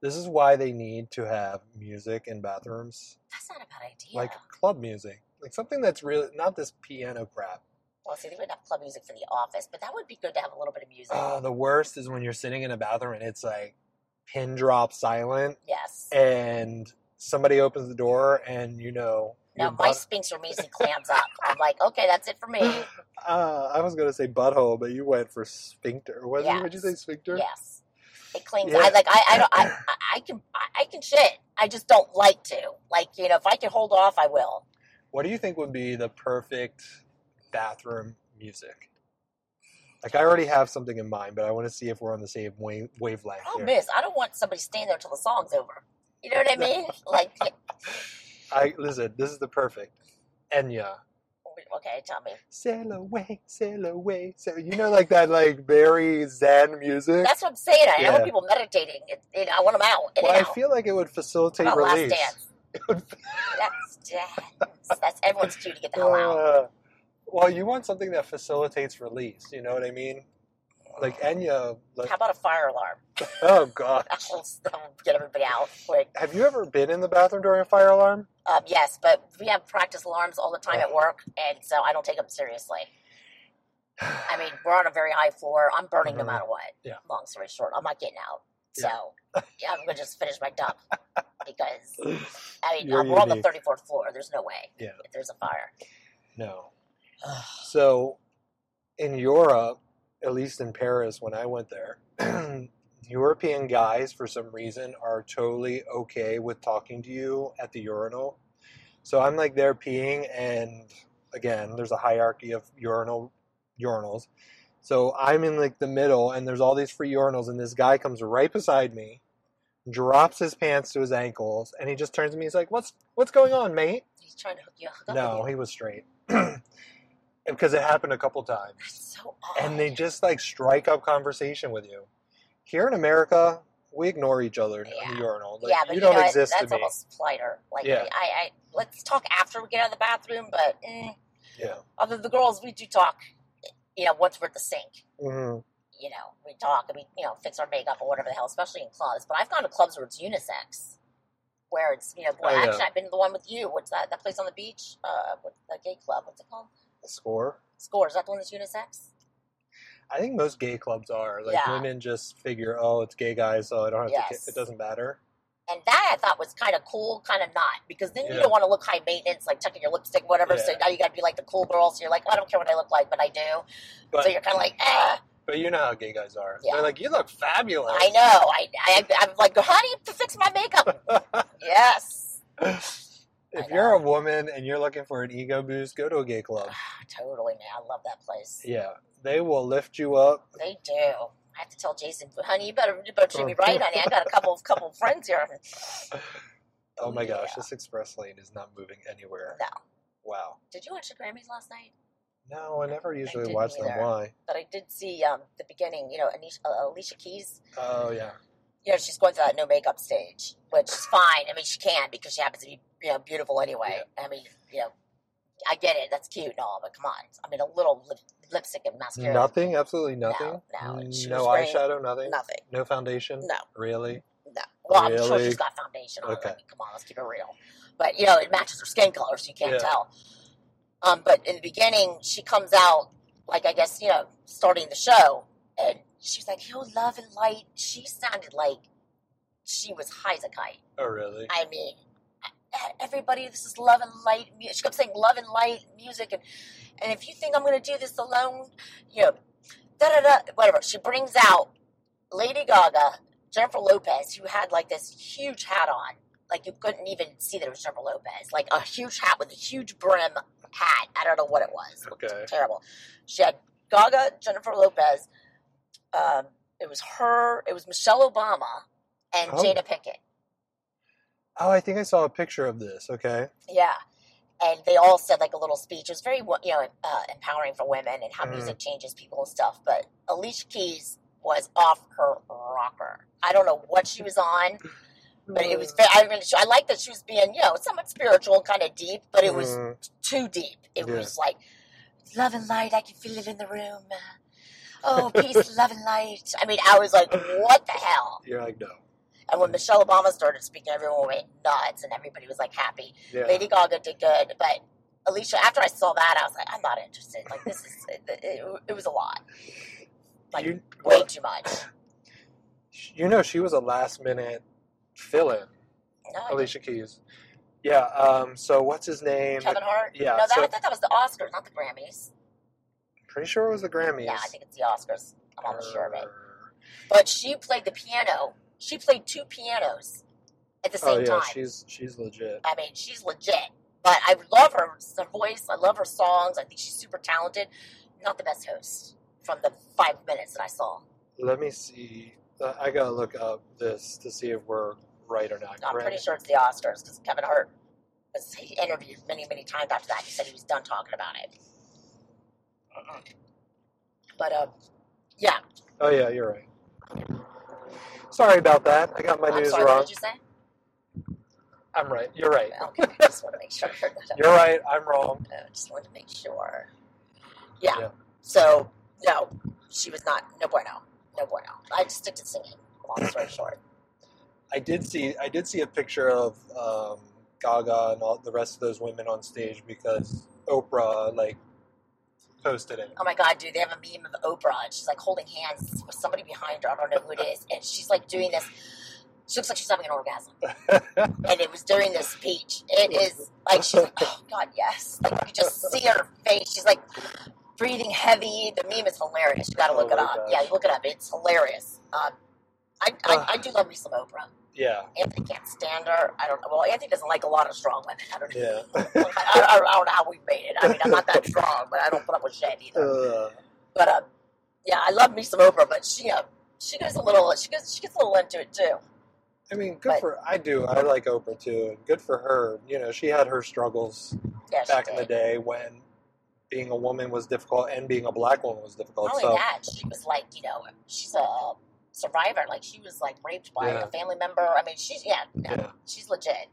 S1: This is why they need to have music in bathrooms,
S2: That's not a bad idea.
S1: like club music, like something that's really not this piano crap.
S2: well, see, they would have club music for the office, but that would be good to have a little bit of music.
S1: Oh, the worst is when you're sitting in a bathroom and it's like pin drop silent,
S2: yes.
S1: and somebody opens the door, and you know. your
S2: Now my
S1: butt-
S2: sphincter immediately clams up. I'm like, okay, that's it for me.
S1: uh, I was gonna say butthole, but you went for sphincter. What
S2: Yeah.
S1: did you say, sphincter?
S2: Yes, it cleans.
S1: Yeah.
S2: I like. I, I don't. I, I- I can. I, I can shit. I just don't like to. Like you know, if I can hold off, I will.
S1: What do you think would be the perfect bathroom music? Like I already have something in mind, but I want to see if we're on the same wave- wavelength
S2: Problem
S1: here.
S2: is, I don't want somebody staying there till the song's over. You know what
S1: *laughs*
S2: I mean? Like,
S1: I listen. This is the perfect Enya.
S2: okay, tell me.
S1: Sail away, sail away. Sail. You know, like that, like very zen music.
S2: That's what I'm saying. I, I
S1: Yeah.
S2: want people meditating. It, you know, I want them out. In
S1: well,
S2: and
S1: I
S2: out.
S1: feel like it would facilitate
S2: About
S1: release.
S2: Last dance. That's dance. That's everyone's cue to get the hell out.
S1: Uh, well, you want something that facilitates release. You know what I mean? Like Enya. Like,
S2: How about a fire alarm? *laughs*
S1: oh God.
S2: That'll, that'll get everybody out quick.
S1: Have you ever been in the bathroom during a fire alarm?
S2: Um, yes, but we have practice alarms all the time at work, and so I don't take them seriously. I mean, we're on a very high floor. I'm burning no
S1: Mhm.
S2: matter what.
S1: Yeah.
S2: Long story short, I'm not getting out. So yeah, I'm gonna just finish my dump because I mean
S1: You're
S2: um, we're on the
S1: unique.
S2: 34th floor. There's no way.
S1: Yeah.
S2: If there's a fire.
S1: No. So, in Europe, at least in Paris, when I went there, *clears throat* European guys, for some reason, are totally okay with talking to you at the urinal. So I'm like there peeing, and again, there's a hierarchy of urinal urinals. So I'm in like the middle, and there's all these free urinals, and this guy comes right beside me, drops his pants to his ankles, and he just turns to me. He's like, "What's what's going on, mate?"
S2: He's trying to hook you hook up.
S1: No,
S2: with you.
S1: he was straight. *clears throat* because it happened a couple times.
S2: That's so odd.
S1: And they just like strike up conversation with you. Here in America, we ignore each other in
S2: Yeah.
S1: the urinal. Like,
S2: yeah, but
S1: you don't
S2: know, what?
S1: exist to
S2: that's
S1: me.
S2: almost politer. Like
S1: Yeah.
S2: I, I let's talk after we get out of the bathroom, but mm,
S1: Yeah.
S2: other the girls we do talk. You know, once we're at the sink.
S1: hmm
S2: you know, we talk and we, you know, fix our makeup or whatever the hell, especially in clubs. But I've gone to clubs where it's unisex, where it's, you know, boy,
S1: Oh, yeah.
S2: actually, I've been to the one with you. What's that? That place on the beach? Uh, what, the gay club. What's it called?
S1: The score.
S2: Score. Is that the one that's unisex?
S1: I think most gay clubs are. Like
S2: Yeah.
S1: women just figure, oh, it's gay guys, so I don't have to
S2: Yes.
S1: to it doesn't matter.
S2: And that I thought was kind of cool, kind of not, because then you
S1: Yeah.
S2: don't want to look high maintenance, like tucking your lipstick, whatever. So
S1: Yeah.
S2: now you got to be like the cool girl. So you're like, well, I don't care what I look like, but I do.
S1: But
S2: so you're kind of like, eh.
S1: but you know how gay guys are.
S2: Yeah.
S1: They're like, You look fabulous.
S2: I know. I, I I'm like, honey, fix my makeup.
S1: *laughs*
S2: yes,
S1: If
S2: I
S1: you're
S2: know.
S1: a woman and you're looking for an ego boost, go to a gay club.
S2: totally, man. I love that place.
S1: Yeah. They will lift you up.
S2: They do. I have to tell Jason, honey, you better, you better treat me right, honey. I got a couple of couple of friends here.
S1: Oh my gosh,
S2: Yeah.
S1: this express lane is not moving anywhere.
S2: No.
S1: Wow.
S2: Did you watch the Grammys last night?
S1: No, I never usually
S2: didn't
S1: watch them.
S2: either.
S1: Why?
S2: But I did see um, the beginning. You know, Anisha, uh, Alicia Keys.
S1: Oh
S2: Mm,
S1: yeah.
S2: You know, she's going through that no makeup stage, which is fine. I mean, she can because she happens to be you know beautiful anyway. I mean, you know, I get it. That's cute and all, but come on. I mean, a little lip, lipstick and mascara.
S1: Nothing. Absolutely nothing. Mm,
S2: No, no, and she
S1: No
S2: was wearing
S1: eyeshadow. Nothing.
S2: Nothing.
S1: No foundation.
S2: No.
S1: Really?
S2: No. Well, I'm sure
S1: Really?
S2: she's got foundation on.
S1: Okay.
S2: I mean, come on, let's keep it real. But you know, it matches her skin color, so you can't
S1: Yeah.
S2: tell. Um, but in the beginning, she comes out like I guess you know starting the show, and she was like, "Yo, love and light." She sounded like she was high as a kite.
S1: Oh, really?
S2: I mean, e-, everybody, this is love and light. mu- She kept saying love and light music, and and if you think I'm going to do this alone, you know, da da da, whatever. She brings out Lady Gaga, Jennifer Lopez, who had like this huge hat on, like you couldn't even see that it was Jennifer Lopez, like a huge hat with a huge brim hat. I don't know what it was. It looked
S1: Okay.
S2: terrible. She had Gaga, Jennifer Lopez. Um, it was her. It was Michelle Obama and
S1: Oh.
S2: Jada Pinkett.
S1: Oh, I think I saw a picture of this. Okay.
S2: Yeah. And they all said like a little speech. It was very you know uh, empowering for women and how
S1: Mhm.
S2: music changes people and stuff. But Alicia Keys was off her rocker. I don't know what she was on, but it was.
S1: Mm.
S2: Very, I really, I like that she was being you know somewhat spiritual, kind of deep, but it was
S1: Mm,
S2: too deep. It
S1: Yeah.
S2: was like love and light. I can feel it in the room. Oh, peace, love, and light. I mean, I was like, what the hell?
S1: you're like no. *laughs*
S2: And when Michelle Obama started speaking, everyone went nuts, and everybody was like happy.
S1: Yeah.
S2: Lady Gaga did good, but Alicia. After I saw that, I was like, I'm not interested. Like this is it, it, it was a lot, like
S1: you,
S2: way too much.
S1: you know, she was a last minute fill in.
S2: No, I
S1: Alicia Keys. Yeah. Um. So what's his name?
S2: didn't. Kevin Hart.
S1: yeah,
S2: No, that,
S1: so-
S2: I thought that was the Oscars, not the Grammys.
S1: Pretty sure it was the Grammys.
S2: Yeah, I think it's the Oscars. I'm almost sure of it. Oh.
S1: Err.
S2: But she played the piano. She played two pianos at the
S1: Oh
S2: same
S1: yeah,
S2: time.
S1: she's she's legit.
S2: I mean, she's legit. But I love her, her voice. I love her songs. I think she's super talented. Not the best host from the five minutes that I saw.
S1: Let me see. Uh, I gotta look up this to see if we're right or not.
S2: I'm
S1: Grammy-
S2: pretty sure it's the Oscars because Kevin Hart was he interviewed many, many times after that. He said he was done talking about it. But um, yeah,
S1: Oh yeah, you're right. Sorry about that. I got my
S2: I'm
S1: news
S2: sorry.
S1: wrong.
S2: What did you say?
S1: I'm right. You're right.
S2: Okay, I just want to make sure. *laughs* I heard that.
S1: You're right. I'm wrong.
S2: I just wanted to make sure. Yeah.
S1: Yeah.
S2: So no, she was not. No bueno. No bueno. I just stick to singing. Long story short.
S1: I did see. I did see a picture of um, Gaga and all the rest of those women on stage because Oprah like posted it.
S2: oh my god, dude, they have a meme of Oprah and she's like holding hands with somebody behind her. I don't know who it is, and she's like doing this. She looks like she's having
S1: *laughs*
S2: an orgasm, and it was during this speech. It is like she's like, oh god, yes. Like you just see her face. She's like breathing heavy. The meme is hilarious. You got to
S1: Oh
S2: look it
S1: my
S2: up.
S1: gosh.
S2: Yeah, look it up. It's hilarious. Um, I, I,
S1: Ah.
S2: I do love me some Oprah.
S1: Yeah.
S2: Anthony can't stand her. I don't know. Well, Anthony doesn't like a lot of strong women. I don't know.
S1: Yeah. *laughs*
S2: I, I, I don't know how we made it. I mean, I'm not that strong, but I don't put up with shit either.
S1: Uh,
S2: But um, yeah, I love me some Oprah, but she uh, she goes a little she goes she gets a little into it too.
S1: I mean, good
S2: But-
S1: for. I do. I like Oprah too, and good for her. You know, she had her struggles
S2: Yeah, she
S1: back
S2: did.
S1: in the day when being a woman was difficult and being a black woman was difficult.
S2: Not only
S1: so
S2: that, she was like you know she's a survivor. Like she was like raped by
S1: Yeah.
S2: a family member. I mean, she's yeah, no,
S1: Yeah.
S2: she's legit.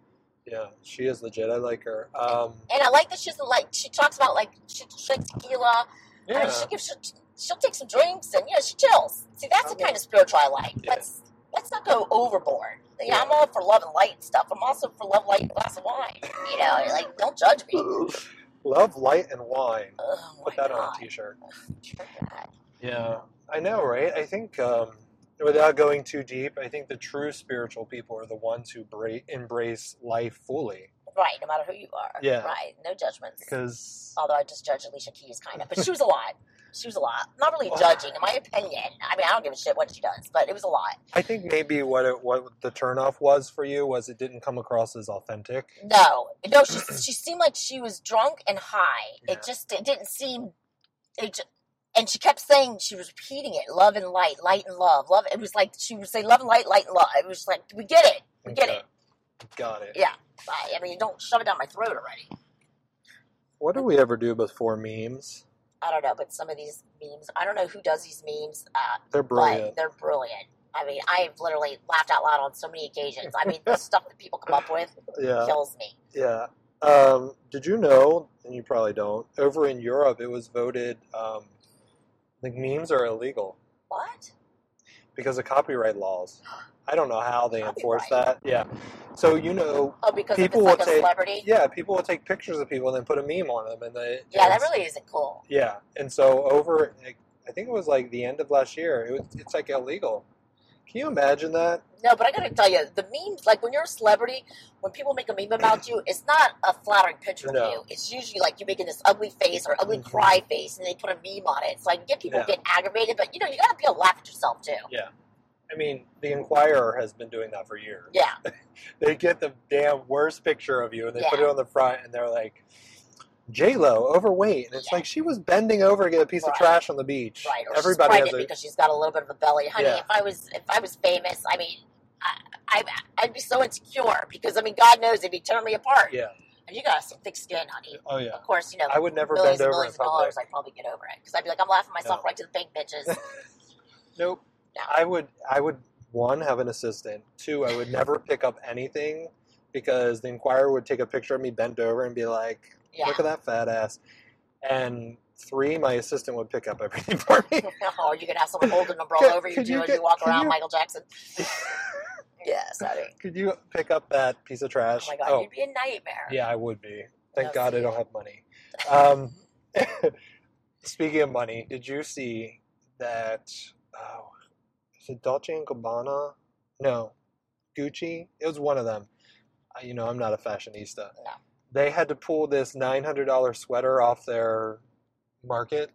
S1: yeah, she is legit. I like her. Um,
S2: And I like that she's like she talks about like she drinks tequila. I mean,
S1: yeah,
S2: she gives she, she'll take some drinks and you know she chills. See, that's the
S1: Okay.
S2: kind of spiritual I like.
S1: Yeah.
S2: Let's let's not go overboard. Yeah,
S1: Yeah.
S2: I'm all for love and light and stuff. I'm also for love, light, and glass of wine. You know, like don't judge me.
S1: love, light, and wine.
S2: Oh my
S1: Put that
S2: God.
S1: on a T-shirt.
S2: God.
S1: Yeah, I know, right? I think um, without going too deep, I think the true spiritual people are the ones who bra- embrace life fully.
S2: Right, no matter who you are.
S1: Yeah.
S2: Right, no judgments.
S1: Because
S2: Although I just judge Alicia Keys kind of, but she was a lot. She was a lot. Not really
S1: Wow.
S2: judging, in my opinion. I mean, I don't give a shit what she does, but it was a lot.
S1: I think maybe what it, what the turnoff was for you was it didn't come across as authentic.
S2: No, no, she she seemed like she was drunk and high.
S1: Yeah.
S2: It just it didn't seem. It just, and she kept saying she was repeating it: love and light, light and love, love. It was like she would say love and light, light and love. It was like we get it, we get it.
S1: Got it.
S2: Yeah. I, I mean, don't shove it down my throat already.
S1: What do we ever do before memes?
S2: I don't know, but some of these memes, I don't know who does these memes, uh,
S1: They're
S2: but
S1: brilliant.
S2: they're brilliant. I mean, I've literally laughed out loud on so many occasions. I mean,
S1: *laughs*
S2: the stuff that people come up with
S1: yeah.
S2: kills me.
S1: Yeah. Um, did you know, and you probably don't, over in Europe it was voted um, like memes are illegal.
S2: What?
S1: because of copyright laws. I don't know how they enforce that.
S2: Copyright.
S1: Yeah. So you know,
S2: Oh, because
S1: People
S2: if
S1: will
S2: it's like a
S1: take-
S2: celebrity. Yeah,
S1: yeah, people will take pictures of people and then put a meme on them, and they
S2: that
S1: and-
S2: really isn't cool.
S1: yeah. And so over, like, I think it was like the end of last year. It was it's like illegal. Can you imagine that?
S2: No, but I gotta tell you, the memes, like when you're a celebrity, when people make a meme about you, it's not a flattering picture of
S1: No.
S2: you. It's usually like you making this ugly face or ugly
S1: Mhm.
S2: cry face, and they put a meme on it. So I can get people
S1: Yeah.
S2: get aggravated, but you know, you gotta be able to laugh at yourself too.
S1: I mean, the Enquirer has been doing that for years.
S2: Yeah,
S1: They get the damn worst picture of you and they put
S2: Yeah.
S1: it on the front, and they're like, J Lo overweight, and it's
S2: Yeah.
S1: like she was bending over to get a piece of
S2: Right.
S1: trash on the beach.
S2: right. Or
S1: Everybody
S2: she's
S1: has
S2: pregnant
S1: a
S2: because she's got a little bit of a belly. Honey,
S1: Yeah.
S2: if I was if I was famous, I mean, I, I I'd be so insecure because I mean, God knows it'd be tearing me apart.
S1: yeah.
S2: And you got some thick skin, honey.
S1: Oh yeah.
S2: Of course, you know.
S1: I would never
S2: millions
S1: bend
S2: and
S1: over in
S2: millions of
S1: public.
S2: dollars, I'd probably get over it because I'd be like, I'm laughing myself
S1: No.
S2: right to the bank,
S1: *laughs*
S2: bitches.
S1: Nope.
S2: No.
S1: I would. I would one have an assistant. Two, I would never pick up anything because the Enquirer would take a picture of me bent over and be like,
S2: Yeah.
S1: "Look at that fat ass." And three, my assistant would pick up *laughs* everything for
S2: *laughs*
S1: me.
S2: oh, you could have someone holding a
S1: Could-
S2: umbrella over you
S1: could
S2: too,
S1: you
S2: and
S1: get-
S2: you walk
S1: could
S2: around
S1: you- *laughs*
S2: Michael Jackson. yes, honey.
S1: Could you pick up that piece of
S2: Oh
S1: trash?
S2: my god, you'd be a nightmare.
S1: yeah, I would be. Thank
S2: No,
S1: God I
S2: see.
S1: don't have
S2: *laughs*
S1: money. Um, *laughs* speaking of money, did you see that? Oh, is it Dolce and Gabbana? No, Gucci. It was one of them. I, you know, I'm not a fashionista.
S2: No.
S1: They had to pull this $900 sweater off their market.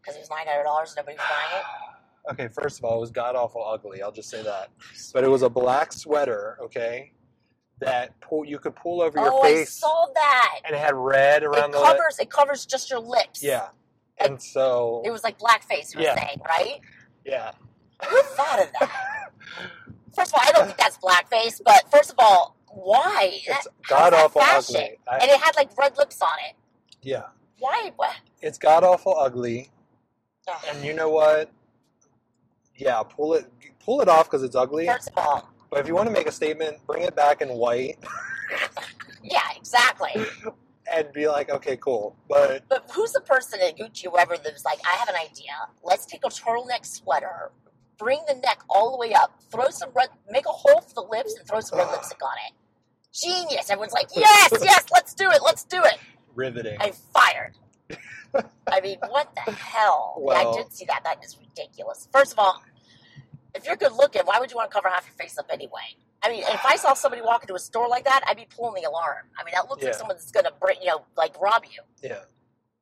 S2: Because it was nine hundred dollars, nobody was buying it.
S1: okay, first of all, it was god awful ugly. I'll just say that. But it was a black sweater. Okay, that pull you could pull over your
S2: oh, I
S1: face,
S2: saw that.
S1: and it had red around
S2: It
S1: the lip.
S2: covers. It covers just your lips.
S1: Yeah, and so
S2: It was like blackface. You were
S1: Yeah.
S2: saying, right?
S1: yeah,
S2: Who thought of that?
S1: *laughs*
S2: First of all, I don't think that's blackface. But first of all, why?
S1: it's
S2: That- how's
S1: god
S2: that
S1: awful
S2: fashion?
S1: ugly. I-
S2: and it had like red lips on it.
S1: yeah,
S2: Why? What?
S1: it's god awful ugly.
S2: Ugh.
S1: And you know what? Yeah, pull it pull it off because it's ugly.
S2: First of all,
S1: But if you want to make a statement, bring it back in white *laughs*
S2: yeah, exactly.
S1: and be like, okay, cool. But
S2: But who's the person at Gucci, whoever, that was like, I have an idea. Let's take a turtleneck sweater, bring the neck all the way up, throw some red, make a hole for the lips, and throw some red lipstick on it. Genius! Everyone's like, yes, yes, let's do it, let's do it.
S1: riveting.
S2: I'm
S1: *laughs*
S2: fired. I mean, what the hell? yeah,
S1: Well-
S2: I did see that. That is ridiculous. First of all, if you're good looking, why would you want to cover half your face up anyway? I mean, if I saw somebody walk into a store like that, I'd be pulling the alarm. I mean, that looks like
S1: Yeah.
S2: someone's going to, you know, like rob you.
S1: yeah,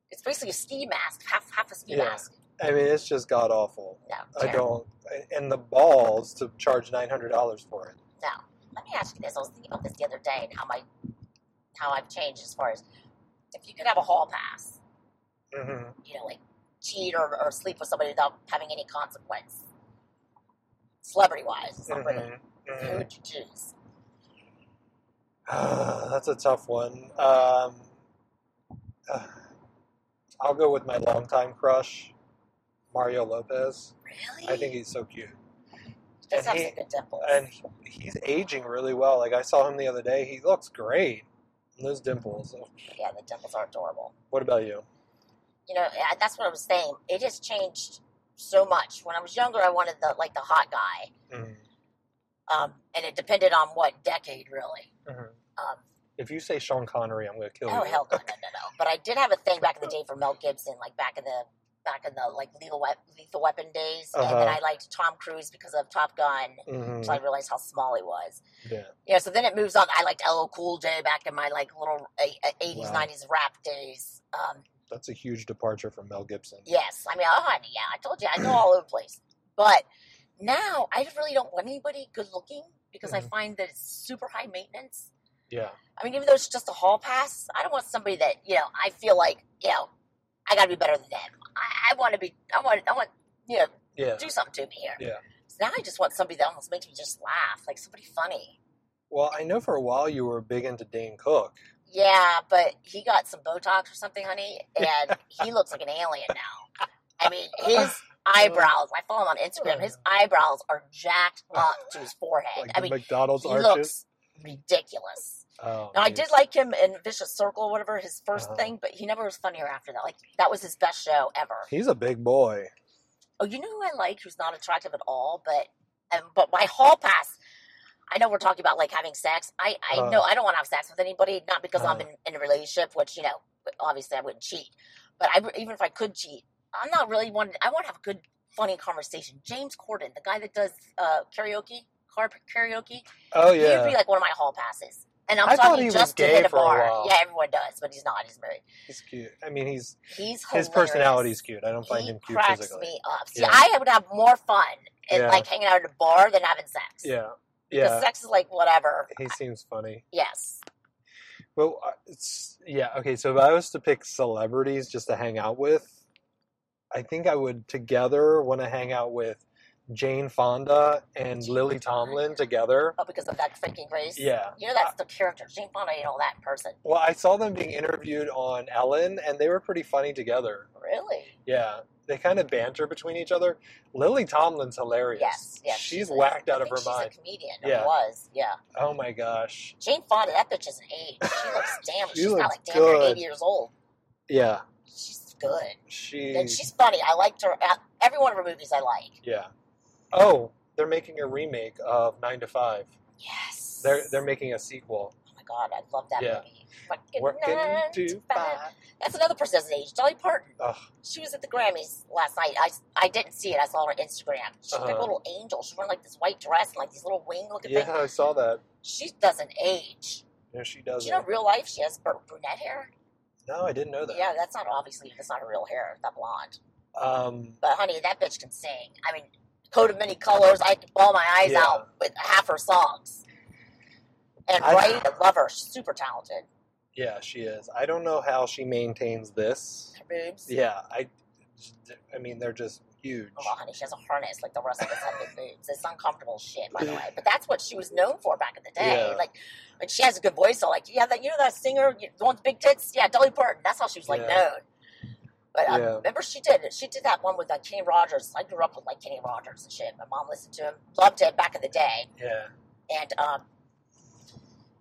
S2: It's basically a ski mask, half half a ski
S1: Yeah.
S2: mask.
S1: I mean, it's just god awful.
S2: No,
S1: I
S2: terrible.
S1: don't. And the balls to charge nine hundred dollars for it.
S2: No. Let me ask you this. I was thinking about this the other day and how my how I've changed as far as if you could have a hall pass,
S1: Mm-hmm.
S2: you know, like cheat or, or sleep with somebody without having any consequence, celebrity wise, celebrity,
S1: mm-hmm,
S2: who would you choose?
S1: *sighs* That's a tough one. Um, *sighs* uh, I'll go with my longtime crush, Mario Lopez.
S2: Really?
S1: I think he's so cute,
S2: he
S1: and
S2: does have
S1: he-
S2: some good dimples.
S1: and he- he's aging really well. Like I saw him the other day. He looks great. And those dimples. oh,
S2: yeah, the dimples are adorable.
S1: What about you?
S2: You know, I- that's what I was saying. It has changed so much. When I was younger, I wanted the like the hot guy,
S1: Mhm.
S2: um, and it depended on what decade, really.
S1: Mhm.
S2: Um,
S1: If you say Sean Connery, I'm going to kill
S2: Oh
S1: you.
S2: hell no, no, no, no. But I did have a thing back in the day for Mel Gibson, like back in the back in the like legal we- lethal weapon days, and then
S1: Uh-huh.
S2: I liked Tom Cruise because of Top Gun.
S1: Mhm.
S2: Until I realized how small he was.
S1: Yeah.
S2: Yeah, so then it moves on. I liked LL Cool J back in my like little eighties,
S1: Wow.
S2: nineties rap days. Um,
S1: That's a huge departure from Mel Gibson.
S2: yes, I mean, oh honey, yeah, I told you, I go all over the place. But now I really don't want anybody good looking because I
S1: Mhm.
S2: find that it's super high maintenance.
S1: Yeah.
S2: I mean, even though it's just a hall pass, I don't want somebody that you know. I feel like you know, I got to be better than them. I, I want to be. I want. I want you know,
S1: Yeah.
S2: do something to me here.
S1: Yeah.
S2: So now I just want somebody that almost makes me just laugh, like somebody funny.
S1: Well, I know for a while you were big into Dane Cook.
S2: Yeah, but he got some Botox or something, honey, and he looks like an alien now.
S1: *laughs*
S2: I mean, his eyebrows. I follow him on Instagram. His eyebrows are jacked up to his forehead.
S1: Like
S2: I
S1: the
S2: mean,
S1: McDonald's
S2: he
S1: arches.
S2: looks ridiculous.
S1: oh,
S2: Now I
S1: jeez.
S2: did like him in Vicious Circle, whatever his 1st
S1: Uh-huh.
S2: thing, but he never was funnier after that. Like that was his best show ever.
S1: He's a big boy.
S2: Oh, you know who I like who's not attractive at all, but um, but my hall pass. I know we're talking about like having sex. I I
S1: Uh.
S2: know I don't want to have sex with anybody, not because I'm
S1: Uh.
S2: in, in a relationship, which you know obviously I wouldn't cheat. But I even if I could cheat, I'm not really one. I want to have a good, funny conversation. James Corden, the guy that does uh, karaoke, car karaoke,
S1: Oh
S2: he would be
S1: yeah,
S2: like one of my hall passes. And I'm
S1: I thought
S2: talking
S1: he was
S2: just to
S1: gay
S2: hit a
S1: for a
S2: bar.
S1: while.
S2: yeah, everyone does, but he's not. He's married.
S1: he's cute. I mean, he's
S2: He's
S1: his
S2: hilarious.
S1: personality's cute. I don't find
S2: He
S1: him cute
S2: cracks
S1: physically.
S2: me up. See,
S1: Yeah.
S2: I would have more fun at
S1: Yeah.
S2: like hanging out at a bar than having sex.
S1: Yeah,
S2: Because
S1: yeah,
S2: sex is like whatever.
S1: he seems funny.
S2: Yes.
S1: Well, uh, it's yeah okay. So if I was to pick celebrities just to hang out with, I think I would together want to hang out with Jane Fonda and Lily Tomlin together.
S2: Oh, because of that freaking grace.
S1: Yeah.
S2: You know that's the character. Jane Fonda ain't all that person.
S1: Well, I saw them being interviewed on Ellen, and they were pretty funny together.
S2: Really?
S1: Yeah, they kind of banter between each other. Lily Tomlin's hilarious.
S2: Yes. Yes.
S1: she's, whacked
S2: I
S1: out of
S2: think
S1: her
S2: she's
S1: mind.
S2: a comedian.
S1: Yeah.
S2: Or was. Yeah.
S1: Oh my gosh.
S2: Jane Fonda, that bitch is an age. She looks damn.
S1: She
S2: she's not
S1: looks
S2: like damn near
S1: good.
S2: eighty years old.
S1: Yeah,
S2: She's good.
S1: she.
S2: And she's funny. I liked her. Every one of her movies I like.
S1: yeah. Oh, they're making a remake of Nine to Five.
S2: Yes.
S1: They're they're making a sequel.
S2: Oh my god, I love that
S1: Yeah.
S2: movie. Fucking
S1: Working
S2: nine to
S1: to
S2: five.
S1: five.
S2: That's another person that's aged. Dolly Parton.
S1: Ugh.
S2: She was at the Grammys last night. I, I didn't see it. I saw her on Instagram. She's like a
S1: Uh-huh.
S2: little angel. She's wearing like this white dress and like these little wing looking
S1: Yeah,
S2: things.
S1: I saw that.
S2: She doesn't age.
S1: No, she
S2: Do
S1: doesn't.
S2: you know in real life she has br- brunette hair?
S1: no, I didn't know that.
S2: Yeah, that's not obviously that's not her real hair. It's not blonde.
S1: Um,
S2: But honey, that bitch can sing. I mean, coat of many colors. I could ball my eyes
S1: Yeah.
S2: out with half her songs. And
S1: I-
S2: right, I love her. She's super talented.
S1: yeah, she is. I don't know how she maintains this.
S2: Her boobs.
S1: Yeah, I. I mean, they're just huge.
S2: Oh, well, honey, she has a harness like the rest of us have big boobs. It's uncomfortable shit, by the way. But that's what she was known for back in the day.
S1: Yeah.
S2: Like, and she has a good voice. So, like, you have that, you know, that singer, you- the one with the big tits. Yeah, Dolly Parton. That's how she was like
S1: Yeah.
S2: known. But um,
S1: Yeah.
S2: remember, she did. She did that one with uh, Kenny Rogers. I grew up with like Kenny Rogers and shit. My mom listened to him, loved him back in the day,
S1: Yeah.
S2: and um,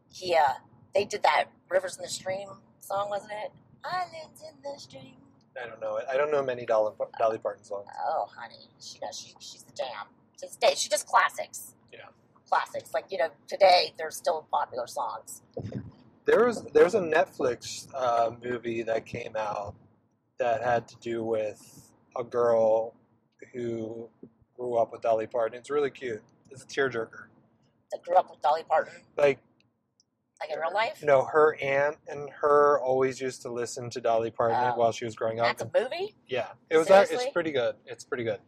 S2: he, uh, they did that "Rivers in the Stream" song, wasn't it? Islands in the stream.
S1: I don't know. it. I don't know many Dolly, Dolly Parton songs.
S2: Oh, honey, she knows she, she's the jam. She's da- she does classics.
S1: Yeah.
S2: classics. Like you know, today they're still popular songs.
S1: There was there's a Netflix uh, movie that came out that had to do with a girl who grew up with Dolly Parton. It's really cute. It's a tearjerker.
S2: That grew up with Dolly Parton,
S1: Like
S2: like in real life.
S1: you know, her aunt and her always used to listen to Dolly Parton
S2: Oh.
S1: while she was growing up.
S2: That's a movie.
S1: yeah, it was. act- It's
S2: Seriously?
S1: pretty good. It's pretty good.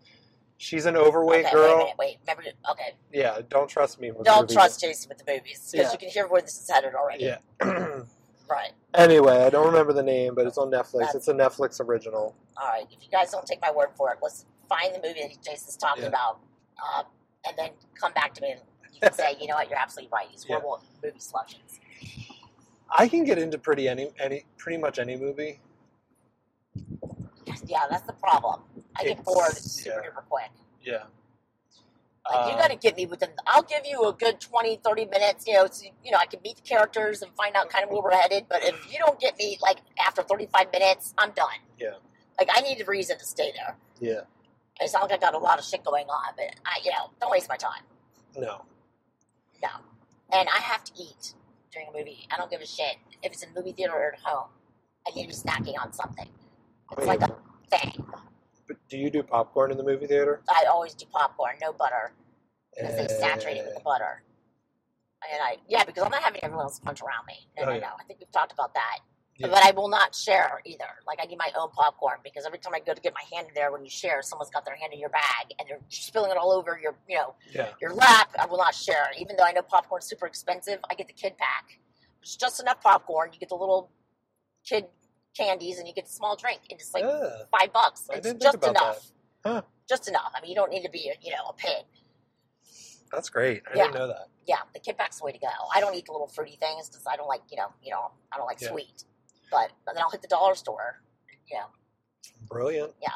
S1: She's an overweight
S2: okay,
S1: girl.
S2: Wait, a minute, wait, remember? Okay,
S1: Yeah, don't trust me. With
S2: don't
S1: movies.
S2: trust Jason with the movies because
S1: Yeah.
S2: you can hear where this is headed already.
S1: Yeah. *clears throat*
S2: Right.
S1: anyway, I don't remember the name, but it's on Netflix.
S2: That's-
S1: It's a Netflix original.
S2: All right. If you guys don't take my word for it, let's find the movie that Jason's talking
S1: Yeah.
S2: about, uh, and then come back to me and
S1: *laughs*
S2: you can say, you know what, you're absolutely right. These
S1: Yeah.
S2: horrible movie selections.
S1: I can get into pretty any any pretty much any movie.
S2: Yeah, that's the problem. I get
S1: It's-
S2: bored super
S1: yeah.
S2: duper quick.
S1: Yeah. Um,
S2: Like, you got to give me within, I'll give you a good 20, 30 minutes, you know, so, you know, I can meet the characters and find out kind of where we're headed. But if you don't get me, like, after 35 minutes, I'm done.
S1: Yeah.
S2: Like, I need a reason to stay there.
S1: yeah.
S2: It's not like I got a lot of shit going on, but I, you know, don't waste my time.
S1: No.
S2: No. And I have to eat during a movie. I don't give a shit if it's in a movie theater or at home. I need to be snacking on something. It's like a thing.
S1: But do you do popcorn in the movie theater?
S2: I always do popcorn, no butter. because they saturate
S1: Eh,
S2: it with the
S1: Uh,
S2: butter. And I, yeah, because I'm not having everyone else punch around me. No,
S1: Oh,
S2: no,
S1: yeah.
S2: no. I think we've talked about that.
S1: Yeah.
S2: But I will not share either. Like, I need my own popcorn because every time I go to get my hand in there, when you share, someone's got their hand in your bag and they're spilling it all over your, you know,
S1: Yeah.
S2: your lap. I will not share. Even though I know popcorn's super expensive, I get the kid pack. It's just enough popcorn. You get the little kid candies and you get the small drink. And it's like
S1: yeah.
S2: five bucks.
S1: I
S2: It's
S1: didn't think
S2: just
S1: about
S2: enough.
S1: that. Huh.
S2: Just enough. I mean, you don't need to be, a, you know, a pig.
S1: That's great. I
S2: Yeah.
S1: didn't know that.
S2: yeah, the kid back's the way to go. I don't eat the little fruity things because I don't like, you know, you know, I don't like
S1: Yeah.
S2: sweet. But, but then I'll hit the dollar store. You know,
S1: Brilliant.
S2: so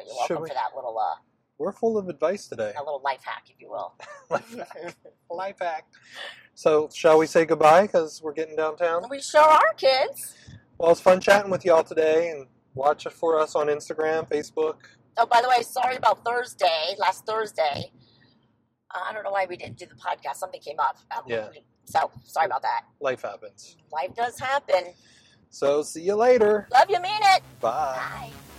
S2: you're
S1: Should
S2: welcome
S1: we-
S2: for that little uh,
S1: We're full of advice today. *laughs*
S2: that little life hack, if you will. *laughs*
S1: Life hack. So, shall we say goodbye because we're getting downtown?
S2: And we show our kids.
S1: Well, it's fun chatting with y'all today and watch it for us on Instagram, Facebook,
S2: Oh, by the way, sorry about Thursday, last Thursday. Uh, I don't know why we didn't do the podcast. Something came up. Um,
S1: Yeah.
S2: So sorry about that.
S1: Life happens.
S2: Life does happen.
S1: So see you later.
S2: Love you, mean it.
S1: Bye.
S2: Bye.